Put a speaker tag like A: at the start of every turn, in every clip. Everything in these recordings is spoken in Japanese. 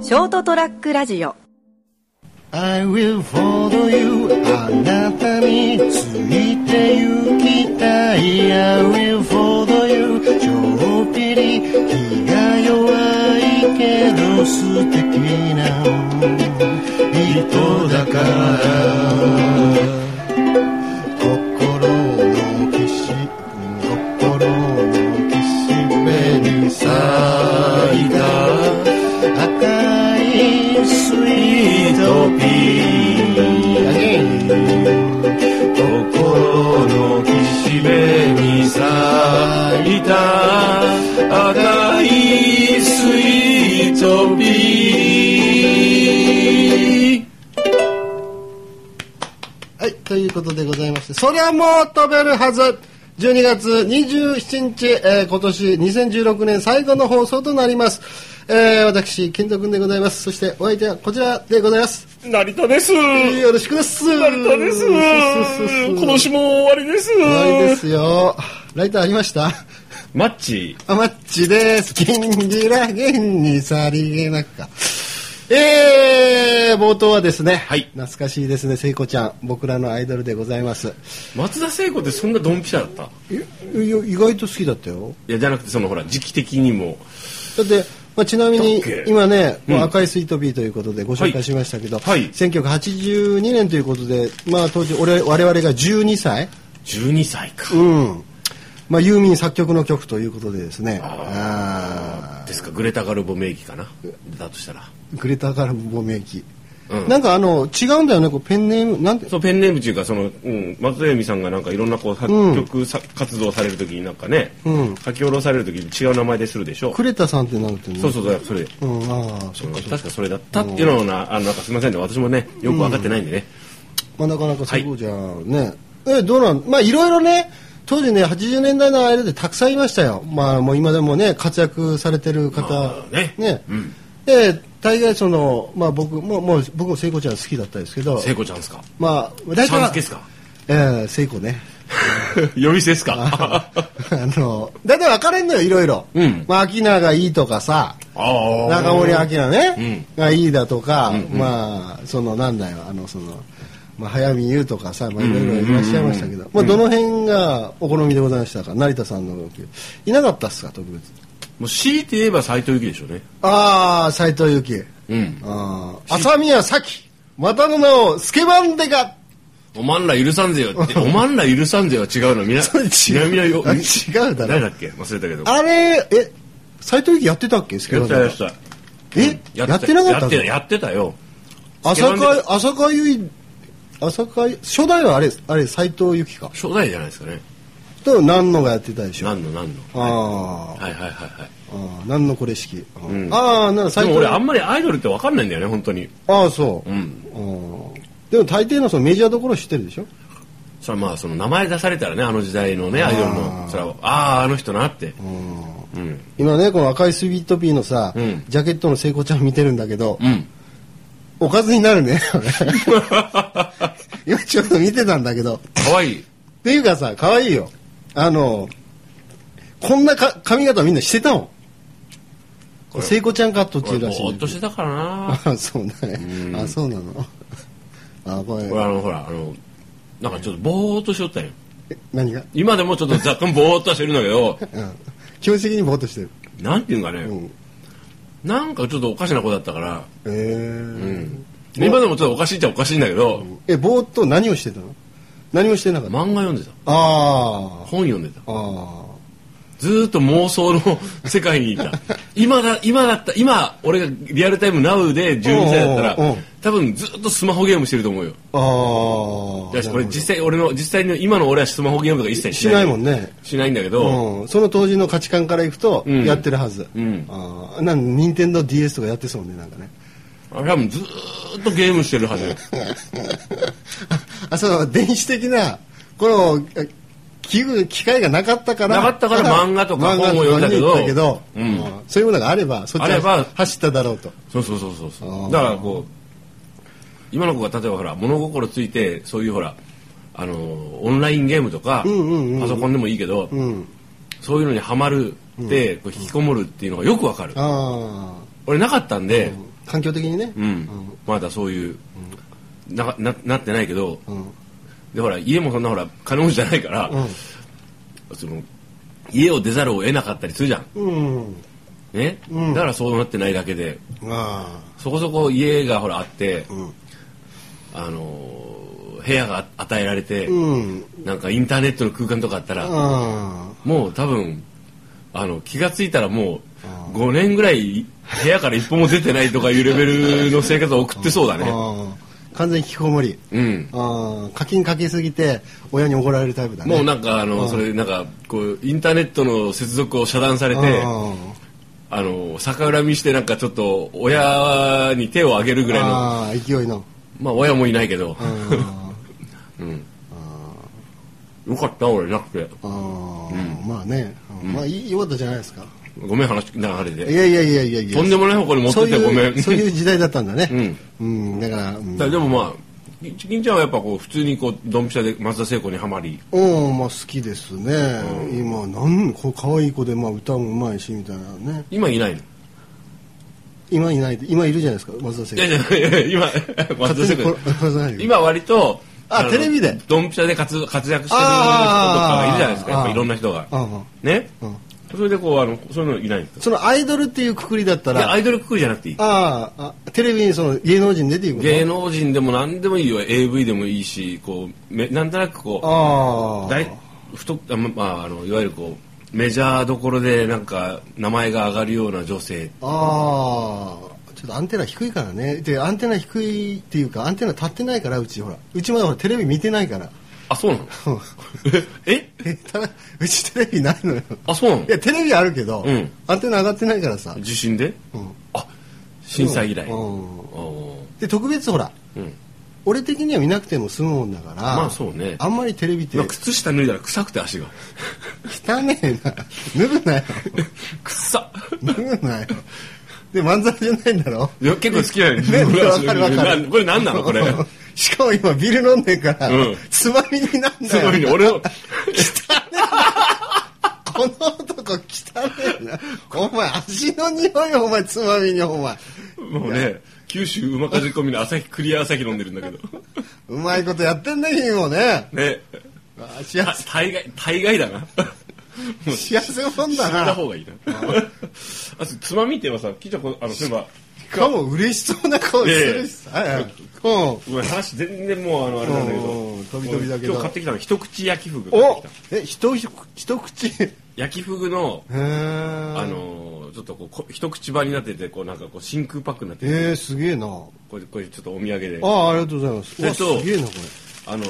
A: ショートトラックラジオ
B: I will follow you あなたについて行きたい I will follow you ちょっぴり気が弱いけど素敵な人だから心のきし心のきしめに咲いた赤いスイートピー Again 心のきしめに咲いた赤いスイートピーはい、ということでございまして、そりゃもう飛べるはず12月27日、えー今年2016年最後の放送となります。えー、私、健斗くんでございます。そして、お相手はこちらでございます。
C: 成田です。成
B: よろしくです。
C: 田です。
B: そうそうそうそう
C: 今年も終わりです。
B: 終わりですよ。ライターありました
C: マッチ。
B: あマッチです。銀ギラ銀にさりげなくか。えー、冒頭はですね、
C: はい
B: 懐かしいですね、聖子ちゃん、僕らのアイドルでございます。
C: 松田聖子ってそんなドンピシャだったい
B: いいや意外と好きだったよ
C: や、じゃなくて、そのほら、時期的にも。
B: だって、まあ、ちなみに
C: だっけ
B: 今ね「
C: うん
B: まあ赤いスイートビー」ということでご紹介しましたけど、
C: はいはい
B: 1982年ということで、まあ、当時俺我々が12歳、
C: 12歳か。
B: うんまあ、ユーミン作曲の曲ということでですねあ
C: ですか、グレタ・ガルボ名義かな。だとしたら。
B: ーグレタ・ガルボ名義、
C: うん
B: なんかあの違うんだよねこうペンネームなんて
C: そう、ペンネームというか、その、うん、松田由美さんがなんかいろんなこう、作曲さ、活動されるときになんかね、
B: うん
C: 書き下ろされるときに違う名前でするでしょ
B: クレタさんってなるってね
C: そうそうそう、それで。
B: うん、あーそっか
C: 確かそれだったっていうような、あの、なんかすみませんね、私もね、よく分かってないんでね。
B: まあ、なかなかそうじゃんね、えどうなんまあいろいろね当時ね80年代の間でたくさんいましたよまあもう今でもね活躍されてる方、
C: まあねうん
B: で大概そのまあ僕ももう僕も聖子ちゃん好きだったんですけど
C: 聖子ちゃんですか。
B: まあ大
C: ちゃん
B: 体
C: 好
B: は
C: きですか。
B: えー聖子ね
C: 呼び捨てです
B: あ
C: か。
B: の大体分かれんのよいろいろ、
C: うん
B: まあ明菜がいいとかさ
C: ああ。
B: 中森明菜ね、がいいだとか、
C: んうん
B: まあそのなんだよあのその、まあ、早見優とかさ、まあ、いろいろいらっしゃいましたけど、まあ、どの辺がお好みでございましたか成田さんの動きいなかったっすか特別
C: もう強いて言えば斎藤由貴でしょうね。
B: ああ斎藤由貴
C: うん。
B: あー浅宮咲またの名をスケバンデカ
C: おまんら許さん ぜよって、おまんら許さんぜよは違うの、みな、
B: それ違う
C: 南のよ、
B: あ違うだろ
C: 誰だっけ忘れたけど。
B: あれえ斎藤由貴やってたっけスケ
C: や
B: バ
C: っ
B: ン
C: てた、や
B: デ
C: ってた。
B: カえやってなかった
C: や
B: っ
C: っ
B: け
C: てた、やってたよ。
B: 浅
C: スケバンデ
B: 香浅香唯浅香唯初代はあれあれ斎藤由貴か
C: 初代じゃないですかね。
B: と何のがやってたでしょ
C: 何の何の。
B: あー
C: はいはいはい
B: あー、何のこれ式。あー
C: うん
B: あー、なら
C: はい。
B: 最
C: で
B: 近。
C: も俺あんまりアイドルって分かんないんだよね、本当に。
B: ああ、そう。
C: うん。
B: あーでも大抵のそのメジャーどころ知ってるでしょ
C: それはまあ、その名前出されたらね、あの時代のね、アイドルの、それは、ああ、あの人なって。うん。
B: 今ね、この赤いスイートピーのさ、
C: うん
B: ジャケットの聖子ちゃん見てるんだけど、
C: うん。
B: おかずになるね。 今ちょっと見てたんだけど。っ
C: かわいい。
B: ていうかさ、可愛いよ。あの、こんなか髪型みんなしてたも
C: こ
B: ん。
C: れ
B: 聖子ちゃんカットってい
C: 俺
B: う
C: ぼ
B: らしい
C: ー
B: ん
C: っ
B: だ
C: と
B: け
C: してたから
B: ど。
C: な。
B: あ、 そうだね。あ、そうなの。あ、これ
C: 俺、あの、ほら、あの、なんかちょっとぼーっとしとったんよ。
B: え何が
C: 今でもちょっと若干ぼーっとはしてるんだけど、
B: うん基本的にぼーっとしてる。
C: なんていうんかね、
B: うん
C: なんかちょっとおかしな子だったから、
B: えー
C: 今でもちょっとおかしいっちゃおかしいんだけど、
B: えぼーっと何をしてたの何もしてなかった、
C: 漫画読んでた。
B: あ
C: 本読んでた。
B: ああ
C: ずーっと妄想の世界にい た。今だ、今だった、今、俺がリアルタイムナウで12歳だった
B: おうおうお
C: ら
B: う、
C: 多分ずーっとスマホゲームしてると思うよ。
B: あああ
C: だし、俺
B: なる
C: 実際、俺の、実際の今の俺はスマホゲームとか一切
B: ほど
C: し
B: し
C: ない。
B: ないもんね、
C: しないんだけど、
B: うん、その当時の価値観からいくと
C: うん
B: やってるはず、
C: うん
B: ああなん任天堂 d s とかやってそうねなんかね
C: 多分ずーっとゲームしてるはずよ。
B: あその電子的なこのえ器具機械がなかったから
C: なかったから漫画とか
B: 漫画
C: 本を読んだけど
B: 漫画に行ったけど
C: うん
B: ああそういうものがあればそっち
C: あれば
B: 走っただろうと
C: そうそうそうそうそう
B: あー
C: だからこう今の子が例えばほら物心ついてそういうほらあのーオンラインゲームとか、
B: うんうんうん
C: パソコンでもいいけど、
B: うん
C: そういうのにハマるで、こう引きこもるっていうのがよくわかる、
B: ああ
C: 俺なかったんで、
B: 環境的にね、
C: うん、まだそういう、なななってないけど、
B: ん
C: でほら家もそんなほら金持ちじゃないから、その家を出ざるを得なかったりするじゃん、
B: うん
C: ね
B: うん
C: だからそうなってないだけで
B: あ
C: そこそこ家がほらあって、
B: あうん
C: あのー部屋が与えられて、
B: うん
C: なんかインターネットの空間とかあったら、
B: あ
C: もう多分あの気がついたらもう5年ぐらい部屋から一歩も出てないとかいうレベルの生活を送ってそうだ
B: あ
C: ね。
B: ああ完全に引きこもり
C: うん。
B: ああ課金かけすぎて親に怒られるタイプだね
C: もうなんかあのそれなんかこうインターネットの接続を遮断されて
B: あ
C: あの逆恨みしてなんかちょっと親に手を挙げるぐらいの
B: ああ勢いの
C: まあ親もいないけど
B: あ あ
C: うん
B: あ
C: よかった俺なくて
B: あまあねまあいいよかったじゃないですか
C: ごめん話流れ
B: い
C: で
B: やいやいやいやいや
C: とんでもない方向に持って
B: そう
C: ってごめ
B: い
C: ん
B: うそういう時代だったんだねうんだから
C: だからでもまあチキンちゃんはやっぱこう普通にこうドンピシャで松田聖子にはまり
B: うん、まあ好きですね、今なんこう可愛い子でまあ歌もうまいしみたいなね
C: 今いないの
B: 今いない今いるじゃないですか松田聖
C: いや
B: 子
C: いや いや今松田聖子
B: 勝手に殺さないで
C: 今割と
B: あ
C: の
B: テレビで
C: ドンピシャで活活躍してる人とかがいるじゃないですか
B: あー
C: やっぱいろんな人が
B: ああ
C: ね
B: うん
C: それでこうあのそういうのいないんですか
B: そのアイドルっていうくくりだった
C: いや
B: ら
C: ア
B: あ
C: イドルくくりじゃなくていい
B: ああテレビにその芸能人出ていく
C: 芸
B: の
C: 能人でも何でもいいよ AV でもいいしこうめなんとなくこ
B: あ
C: う
B: あ
C: 大太あままああのいわゆるこうメジャーどころでなんか名前が上がるような女性
B: ああちょっとアンテナ低いからねでアンテナ低いっていうかアンテナ立ってないからうちほらうちまだほらテレビ見てないから
C: あそうなのえ
B: えただうちテレビないのよ
C: あそうなの
B: いやテレビあるけど、
C: うん
B: アンテナ上がってないからさ、
C: 地震で
B: うん
C: あ震災以来
B: うん
C: お
B: で特別ほら
C: ーうん
B: 俺的には見なくても済むもんだから
C: まあそうね
B: あんまりテレビって
C: 今靴下脱いだら臭くて足が
B: 汚ねえな脱ぐなよ
C: くっさ
B: 脱ぐなよで漫才じゃないんだろ
C: いや結構好きなの
B: ねわかるわか
C: な
B: る
C: これ何なのこれ
B: しかも今ビール飲んでるから、
C: うん
B: つまみになん
C: すご
B: だ
C: いね
B: よ
C: 俺の
B: この男汚ねえなお前足の匂いお前つまみにお前
C: もうね九州うまかじこみの朝日クリア朝日飲んでるんだけ ど
B: うまいことやってんね君もね
C: ね
B: あ幸
C: た大概大概だなもう
B: せ
C: 知っ
B: 幸せもんだ
C: た
B: な
C: 方がいいなあとつまみって言えばさ聞いたことあのそういえば
B: かも嬉しそうな顔してるしさ、うん
C: ごめん話全然もうあのあれなんだけど
B: おうおう飛び飛びだけど
C: 今日買ってきたの一口焼きふぐ買って
B: お
C: きた
B: え一口一口へ
C: 焼きふぐのあ
B: あ
C: のーちょっとこうこ一口場になっててこうなんかこう真空パックになってて
B: えー、すげえなあ
C: これこれちょっとお土産であ
B: あありがとうございますうわ
C: えっと
B: すげえなこれ
C: の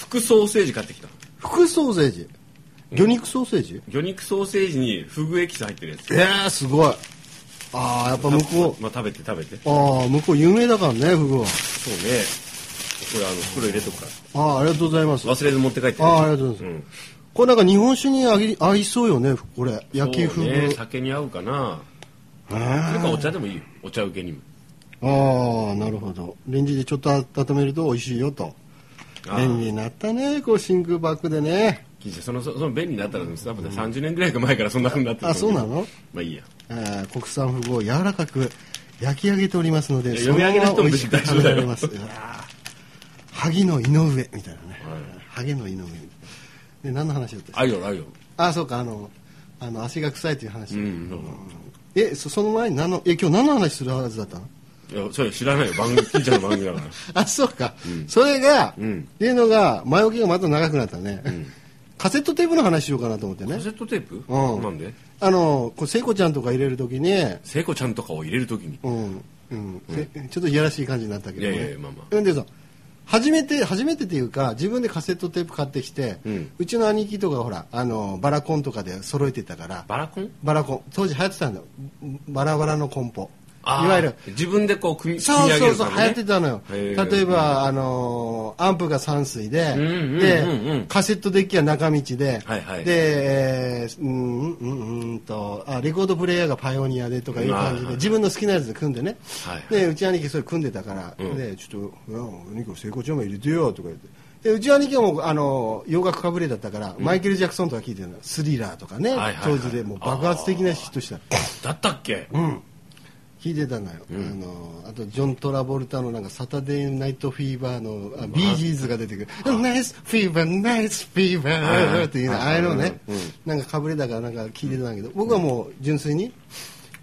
C: 副ソーセージ買ってきた
B: 副ソーセージ魚肉ソーセージ
C: 魚肉ソーセージにフグエキス入ってるやつ
B: えー、すごいああやっぱ向こ
C: まあ、食べて食べて
B: うああ向こう有名だからねフグは
C: そうねこれあの袋入れとくから
B: ああありがとうございます
C: 忘れず持って帰ってね、
B: あありがとうござい
C: ん
B: ます、これなんか日本酒にあげ合いそうよねこれ焼きフ
C: そう
B: グ、
C: ね酒に合うかな
B: え
C: それ
B: ー
C: かお茶でもいいよお茶受けにも
B: ああなるほどレンジでちょっと温めると美味しいよと
C: ああ
B: 便利になったねこう真空バックでね
C: 聞いてそのそその便利だったら多分ね30年ぐらい前からそんなふうになってる
B: あそうなの
C: まあいいや
B: えー国産フグを柔らかく焼き上げておりますので
C: いや読み上げなくても別に大丈夫だよ
B: そのまま美味しく食べられますうわー萩の井上みたいなね、ハゲの井上で何の話だったっけ
C: アイドルアイドル
B: あそうかあのあの足が臭いという話、
C: うんそう
B: えそその前に何のえ今日何の話するはずだったの
C: そういやそれ知らないよ番組 聞いちゃうの番組だから
B: あそうか、それが、
C: うん
B: っていうのが前置きがまた長くなったね、カセットテープの話しようかなと思ってね
C: カセットテープ、
B: うん
C: なんで
B: あのこう聖子ちゃんとか入れるときに
C: 聖子ちゃんとかを入れるときに
B: うんうん、せちょっといやらしい感じになったけど、ね、
C: いやいやまあまあ
B: うんでさ初めて初めてっていうか自分でカセットテープ買ってきて、う
C: うん
B: ちの兄貴とかほらあのバラコンとかで揃えてたから
C: バラコン
B: バラコン当時流行ってたんだよバラバラのコンポ
C: あー
B: いわゆる
C: 自分でこう組み
B: そう
C: 組み上げ
B: そう
C: る
B: そう、
C: から
B: 流行ってたのよ。
C: へ
B: 例
C: ー
B: えば、あのーアンプが3水で、
C: うんうんうんうん
B: で、カセットデッキは中道で、
C: はいは
B: で、
C: い
B: えーうん、うん、うんとあ、レコードプレイヤーがパイオニアでとかいう感じ
C: まあ
B: で、自分の好きなやつで組んでね。
C: はいはい
B: で、うち兄貴それ組んでたから、
C: うん
B: で、ちょっと、いやお兄貴、聖子ちゃんも入れてよとか言って。で、うち兄貴はもう、あのー洋楽かぶれだったから、マイケル・ジャクソンとか聞いてるの。スリラーとかね、
C: はいはいは
B: 当
C: い
B: 時でもう爆発的なヒットした。
C: だったっけ
B: うん。聞いてたのよ、あのあとジョン・トラボルタのなんかサタデーナイトフィーバーのあビージーズが出てくる「ナイスフィーバーナイスフィーバー」っていうのああいうのね、なんかかぶれだからなんか聞いてたんだけど僕はもう純粋に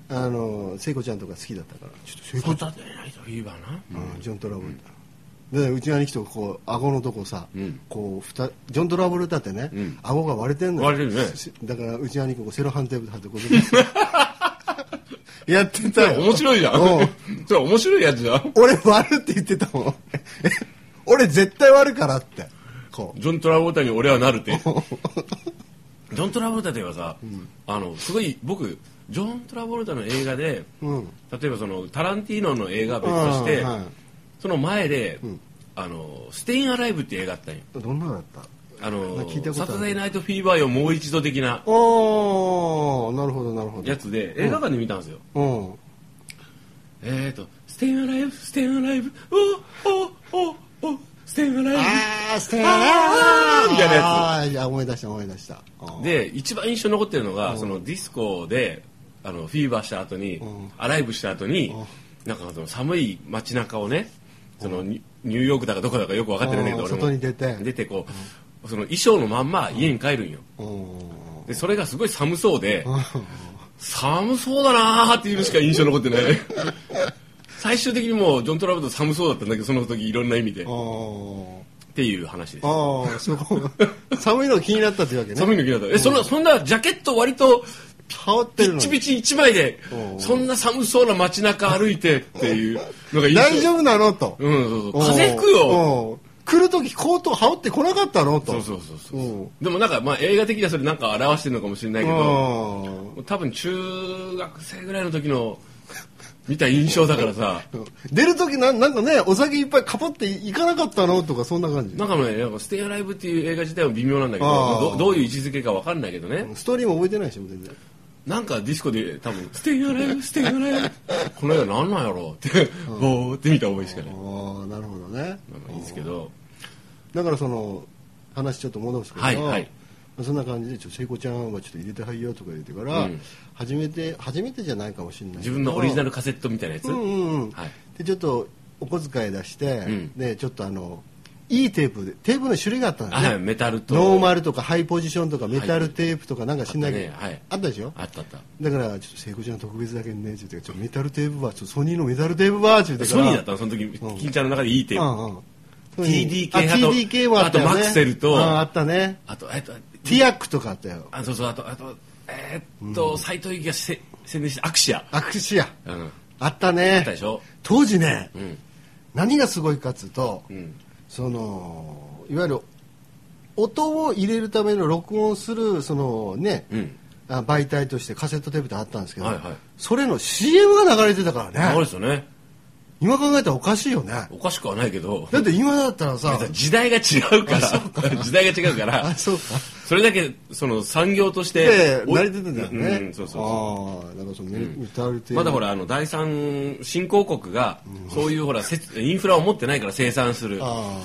B: あの聖子ちゃんとか好きだったからちょっと聖
C: サ
B: 子ちゃん
C: タデーナイトフィーバーな。
B: うんジョン・トラボルタ。でうちの兄貴とこう顎のとこさ、
C: ん
B: こうふたジョン・トラボルタってね、
C: ん
B: 顎が割れてんのよ
C: 割れてるね
B: しだからうちの兄貴こうセロハンテープで貼ってこうや ってやってたよ
C: 面白いじゃ。
B: うん
C: それ面白いやつじゃん。
B: 俺割るって言ってたもん え俺絶対割るからってこ
C: ジョン・トラボルタに俺はなるって。 ジョン・トラボルタといえばさ、あの、すごい僕、ジョン・トラボルタの映画で、
B: ううん
C: 例えばそのタランティーノの映画は別として、
B: うんは
C: その前で、
B: ん
C: あのステインアライブっていう映画あったんよ
B: いどんなのだった
C: あ
B: なん
C: の
B: か聞いたことあ
C: サ
B: る
C: タデーナイトフィーバーよもう一度的な
B: おーなるほどなるほど
C: やつで映画館で見たんですよ、
B: うん
C: えーと「ステインアライブステインアライブおおおおステインアライブ」
B: あーステー
C: あーみたいなやつ
B: あーいや思い出した思い出したうん
C: で一番印象に残ってるのが、そのディスコであのフィーバーした後に、
B: ん
C: アライブした後に、なんかその寒い街中をねそのニニューヨークだかどこだかよく分かってないんだけど
B: うん
C: 俺も
B: 外に出て
C: 出てこう、その衣装のまんま家に帰るんよ、
B: うん
C: でそれがすごい寒そうで、寒そうだなーっていうのしか印象に残ってない 最終的にもうジョン・トラブルと寒そうだったんだけどその時いろんな意味でっ
B: あー
C: ていう話です
B: あーそこ 寒いのが気になったというわけね
C: 寒いの嫌だったえそんなそんなジャケット割と
B: 羽織ってる
C: ピ
B: の
C: ッチ
B: に
C: ピチ一枚で
B: う、ん
C: そんな寒そうな街中歩いてっていうのが印象
B: 大丈夫なのと、
C: うん、そうそう。風邪ひくよ。
B: よ来る時コート羽織ってこなかったのと
C: そうそうそうそう
B: うん
C: でもなんか、まあ映画的にはそれなんか表してるのかもしれないけど、
B: うん
C: 多分中学生ぐらいの時の見た印象だからさ、
B: 出る時なんなんかねお酒いっぱいかぽっていかなかったのとかそんな感じ
C: なんかね、なんかステイアライブっていう映画自体は微妙なんだけ
B: あ
C: ど、
B: ー
C: どどういう位置づけかわかんないけどね、
B: ストーリーも覚えてないでしょ全然
C: なんかディスコで多分、ステイアライブ、ステイアライブ、この映画なんなんやろうって、ぼーって見た覚えしかない。
B: ああなるほどね
C: まあまあいいですけど、
B: だからその話ちょっと戻すけど、
C: はいはい
B: そんな感じでちょっと聖子ちゃんはちょっと入れてはいよとか言ってから、
C: うん
B: 初めて初めてじゃないかもしれないけど
C: 自分のオリジナルカセットみたいなやつ
B: うんうんうん
C: はい
B: でちょっとお小遣い出して、
C: ん
B: でちょっとあのいいテープでテープの種類があったんだ
C: あはい
B: ね
C: メタルと
B: ノーマルとかハイポジションとかメタルテープとかなんかしんないけど、
C: あったねはい
B: あったでしょ
C: あったあった
B: だからちょっと聖子ちゃん特別だけどねって言ってちょっとメタルテープバーちょっとソニーのメタルテープバーって言って
C: ソニーだったたのその時、金ちゃんの中でいいテープ、
B: うんうん、
C: TDK
B: あ
C: あと
B: TDK はあったよ、ね、
C: あとマクセルと
B: ああったね
C: あとえっと
B: ティアックとかあったよ
C: あそうそうあとあとえーっと斎、斉藤由貴がせ宣伝したアクシア、
B: アクシア
C: うん、あ
B: あった
C: っ
B: ね
C: たでしょ、
B: 当時ね
C: うん
B: 何がすごいかっつうと、
C: うん、
B: そのいわゆる音を入れるための録音するそのね、
C: うん
B: あ媒体としてカセットテープってあったんですけど、
C: はいはい
B: それの CM が流れてたから
C: そう
B: ね
C: ですよね
B: 今考えたらおかしいよね
C: おかしくはないけど
B: だって今だったらさ
C: 時代が違うから
B: あそうか
C: 時代が違うから
B: あそうか
C: それだけその産業として
B: で成り立ってたんだよね、
C: うん、そうそうそう
B: ああだからそのメメタルテープ
C: まだほらあの第三新興国がそういうほらせつインフラを持ってないから生産するあ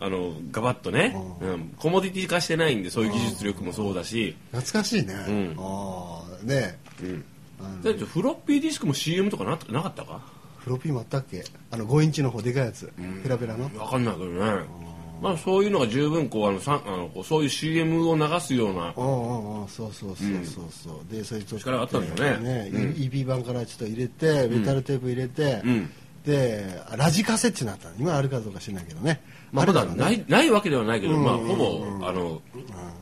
B: あ
C: のガバッとね、うん、コモディティ化してないんでそういう技術力もそうだし
B: あ懐かしいね、
C: ん
B: ああね
C: だってフロッピーディスクも CM とかななかったか
B: フロッピーもあったっけあの5インチの方でかいやつ、ペラペラの
C: 分かんないけどねまあそういうのが十分こうあのさんあのこうそういう CM を流すような
B: ああああそうそうそうそうそう、でそれと
C: 力あったんでしょう
B: ね、
C: ねうん
B: EP 版からちょっと入れてメタルテープ入れて、
C: うん
B: でラジカセっていうのあったの今あるかどうか知らないけどね、
C: まあまだ
B: るか
C: な
B: ね
C: いないわけではないけど、まあ、ほぼあの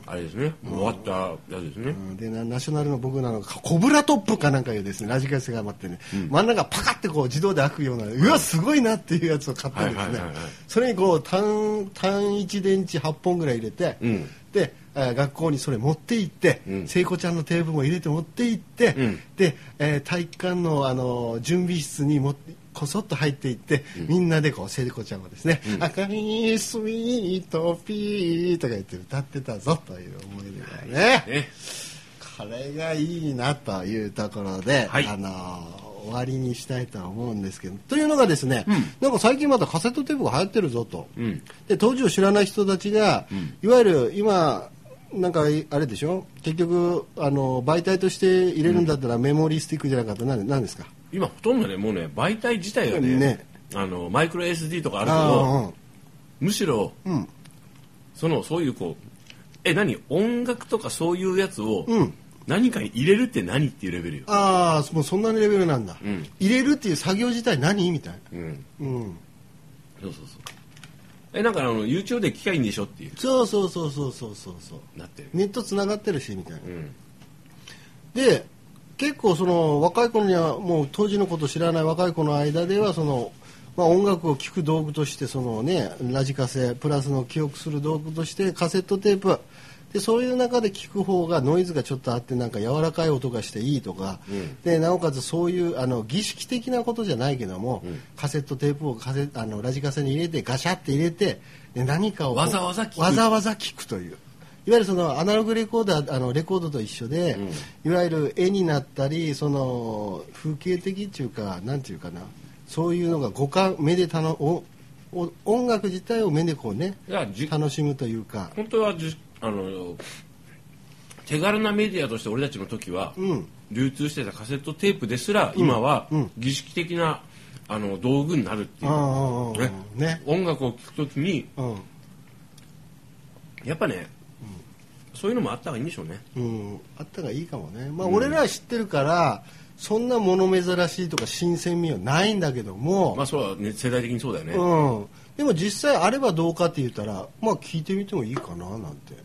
C: あれですねもう終わったやつですね
B: うんでなナショナルの僕なのかコブラトップかなんかいうですねラジカセが待ってね、真ん中パカってこう自動で開くようなうわすごいなっていうやつを買ったんですね、
C: はいはいはいはい
B: それにこう単単一電池8本ぐらい入れて、
C: うん
B: でえー学校にそれ持って行って、
C: うん
B: 聖子ちゃんのテープも入れて持って行って、
C: うん
B: で、えー体育館の、あのー準備室にもってこそっと入っていって、みんなでこう聖子ちゃんがですね「赤いスイートピー」とか言って歌ってたぞという思い出がね、
C: ね
B: これがいいなというところで、
C: はい
B: あの終わりにしたいとは思うんですけどというのがですね、なんか最近またカセットテープが流行ってるぞと、
C: うん
B: で当時を知らない人たちが、いわゆる今なんかあれでしょ結局あの媒体として入れるんだったらメモリースティックじゃなかったら何何ですか
C: 今ほとんどねもうね媒体自体がね
B: ね
C: あのマイクロ SD とかあるけど
B: あ
C: むしろ、
B: あうん
C: そのそういうこうえ何音楽とかそういうやつを、
B: うん
C: 何かに入れるって何っていうレベルよ、
B: ああもうそんなレベルなんだ、
C: うん
B: 入れるっていう作業自体何みたい
C: うん、
B: な、うん、
C: そうそうそうえなんかあの YouTube で聞きゃいいんでしょっていう
B: そうそうそうそうそうそうそう
C: なってる、
B: ネットつながってるしみたいな、
C: うん
B: で結構その若い子にはもう当時のこと知らない若い子の間ではその、まあ、音楽を聴く道具としてその、ね、ラジカセプラスの記憶する道具としてカセットテープでそういう中で聞く方がノイズがちょっとあってなんか柔らかい音がしていいとか、でなおかつそういうあの儀式的なことじゃないけども、カセットテープをカセあのラジカセに入れてガシャって入れてで何かをこう
C: わざわざ聞く
B: わざわざ聞くといういわゆるそのアナログレコーダーあのレコードと一緒で、いわゆる絵になったりその風景的っていうかなんていうかなそういうのが五感目でたのおお音楽自体を目でこうね
C: だからじ
B: 楽しむというか
C: 本当はじゅあの手軽なメディアとして俺たちの時は、
B: うん
C: 流通してたカセットテープですら今は
B: うん
C: 儀式的なあの道具になるってい
B: あ
C: う、
B: あ
C: ね
B: ね
C: 音楽を聴くときに
B: うん
C: やっぱね、そういうのもあった方がいいんでしょうね
B: うん、あったがいいかもね、まあ、俺らは知ってるから、そんな物珍しいとか新鮮味はないんだけども、
C: まあそうは、ね、世代的にそうだよね、
B: うん、でも実際あればどうかって言ったら、まあ、聞いてみてもいいかななんて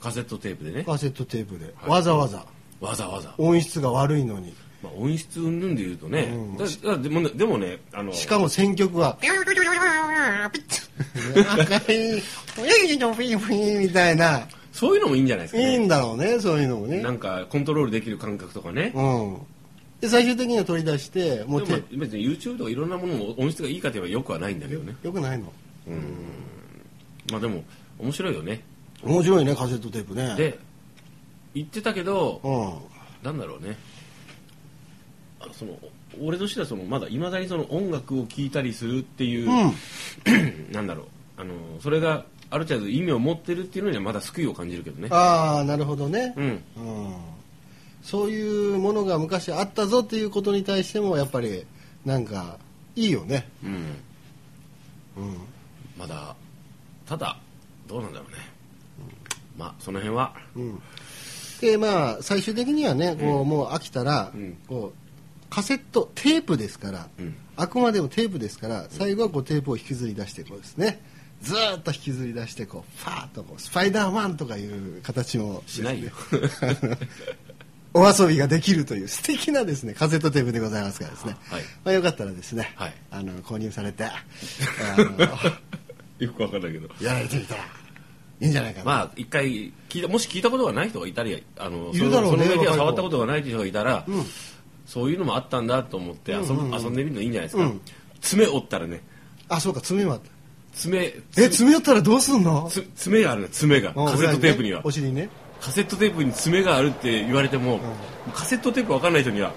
C: カセットテープでね
B: カセットテープで、
C: はい
B: わざわざ
C: わざわざ、
B: 音質が悪いのに
C: まあ、音質云々で言うとね、
B: うん
C: だだでもねでもねあの
B: しかも選曲は「赤いみたいな
C: そういうのもいいんじゃないです か
B: い
C: ね
B: いんだろうねそういうのもね
C: なんかコントロールできる感覚とかね、
B: うんで最終的には取り出してもう
C: で
B: 手
C: も別に YouTube とかいろんなものも音質がいいかといえばよくはないんだけどね
B: よくないの
C: まあでも面白いよね
B: 面白いねカセットテープね
C: で言ってたけど
B: うん
C: なんだろうねあのその俺としてはそのまだいまだにその音楽を聴いたりするってい
B: う
C: う、
B: ん、
C: なんだろうあのそれがある程度意味を持ってるっていうのにはまだ救いを感じるけどね
B: ああなるほどね、
C: うん
B: うんそういうものが昔あったぞっていうことに対してもやっぱりなんかいいよね、
C: うん
B: うん、
C: まだただどうなんだろうねまあその辺は
B: でまあ最終的にはねこう、もう飽きたら、
C: うん
B: こうカセットテープですから、
C: うん
B: あくまでもテープですから最後はこうテープを引きずり出してこうですねずーっと引きずり出してこうファーッとこうスパイダーマンとかいう形も
C: しないよ
B: お遊びができるという素敵なですねカセットテープでございますからですね、
C: はい
B: まあ、よかったらですね、
C: はい
B: あの購入されてあの
C: よくわかんないけど
B: やられてみたらいいんじゃないかな、
C: まあ一回聞いたもし聞いたことがない人がいたりあの
B: いるだろうね
C: そのそのメデ
B: 若
C: ィア
B: い子
C: 触ったことがない人がいたら、そういうのもあったんだと思って遊ぶ、遊んでみるのいいんじゃないですか、
B: うん
C: 爪折ったらね
B: あそうか爪もあった
C: 爪
B: え爪やったらどうすんの
C: つ爪があるの爪が
B: うん
C: カセットテープには
B: お尻ね
C: カセットテープに爪があるって言われても、カセットテープわかんない人には、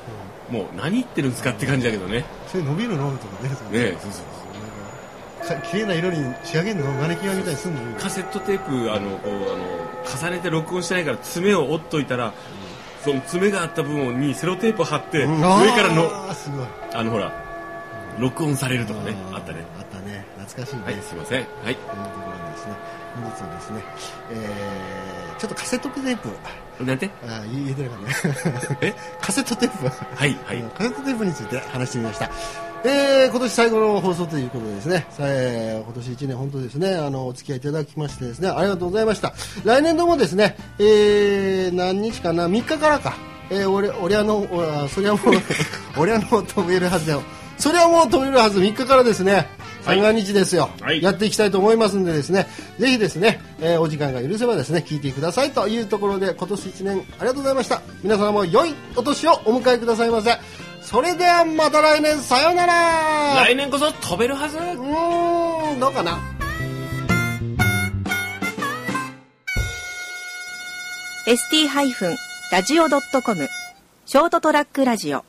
C: もう何言ってるんですかって感じだけどね
B: それ伸びるのとかねそれ
C: ねそうそうそう
B: か綺麗な色に仕上げるのマネキンみたいにすんの
C: カセットテープあのこうあの重ねて録音してないから爪を折っといたら、その爪があった部分にセロテープを貼って、上からの
B: あーすごい
C: あのほら、録音されるとかね、
B: うん
C: あったね。
B: あったね懐かしいね、
C: はい、すいません。はい。
B: というところでですね本日はですね、えー、ちょっとカセットテープ
C: なんて
B: あー言えてなかったね
C: え
B: カセットテープ
C: はい、はい。
B: カセットテープについて話してみました、えー、今年最後の放送ということでですね、さえー今年1年本当ですねあのお付き合いいただきましてですねありがとうございました来年度もですね、えー、何日かな3日からか、えー、俺俺あのおあそり ゃもう俺あの飛べるはずだよそれはもう飛べるはず3日からですね
C: はい
B: 三が日ですよ、
C: はい
B: やっていきたいと思いますんでですねぜひですね、えーお時間が許せばですね聞いてくださいというところで今年1年ありがとうございました皆様も良いお年をお迎えくださいませそれではまた来年さようなら
C: 来年こそ飛べるはず
B: うーんどうかな
A: ー ST-radio.com ショートトラックラジオ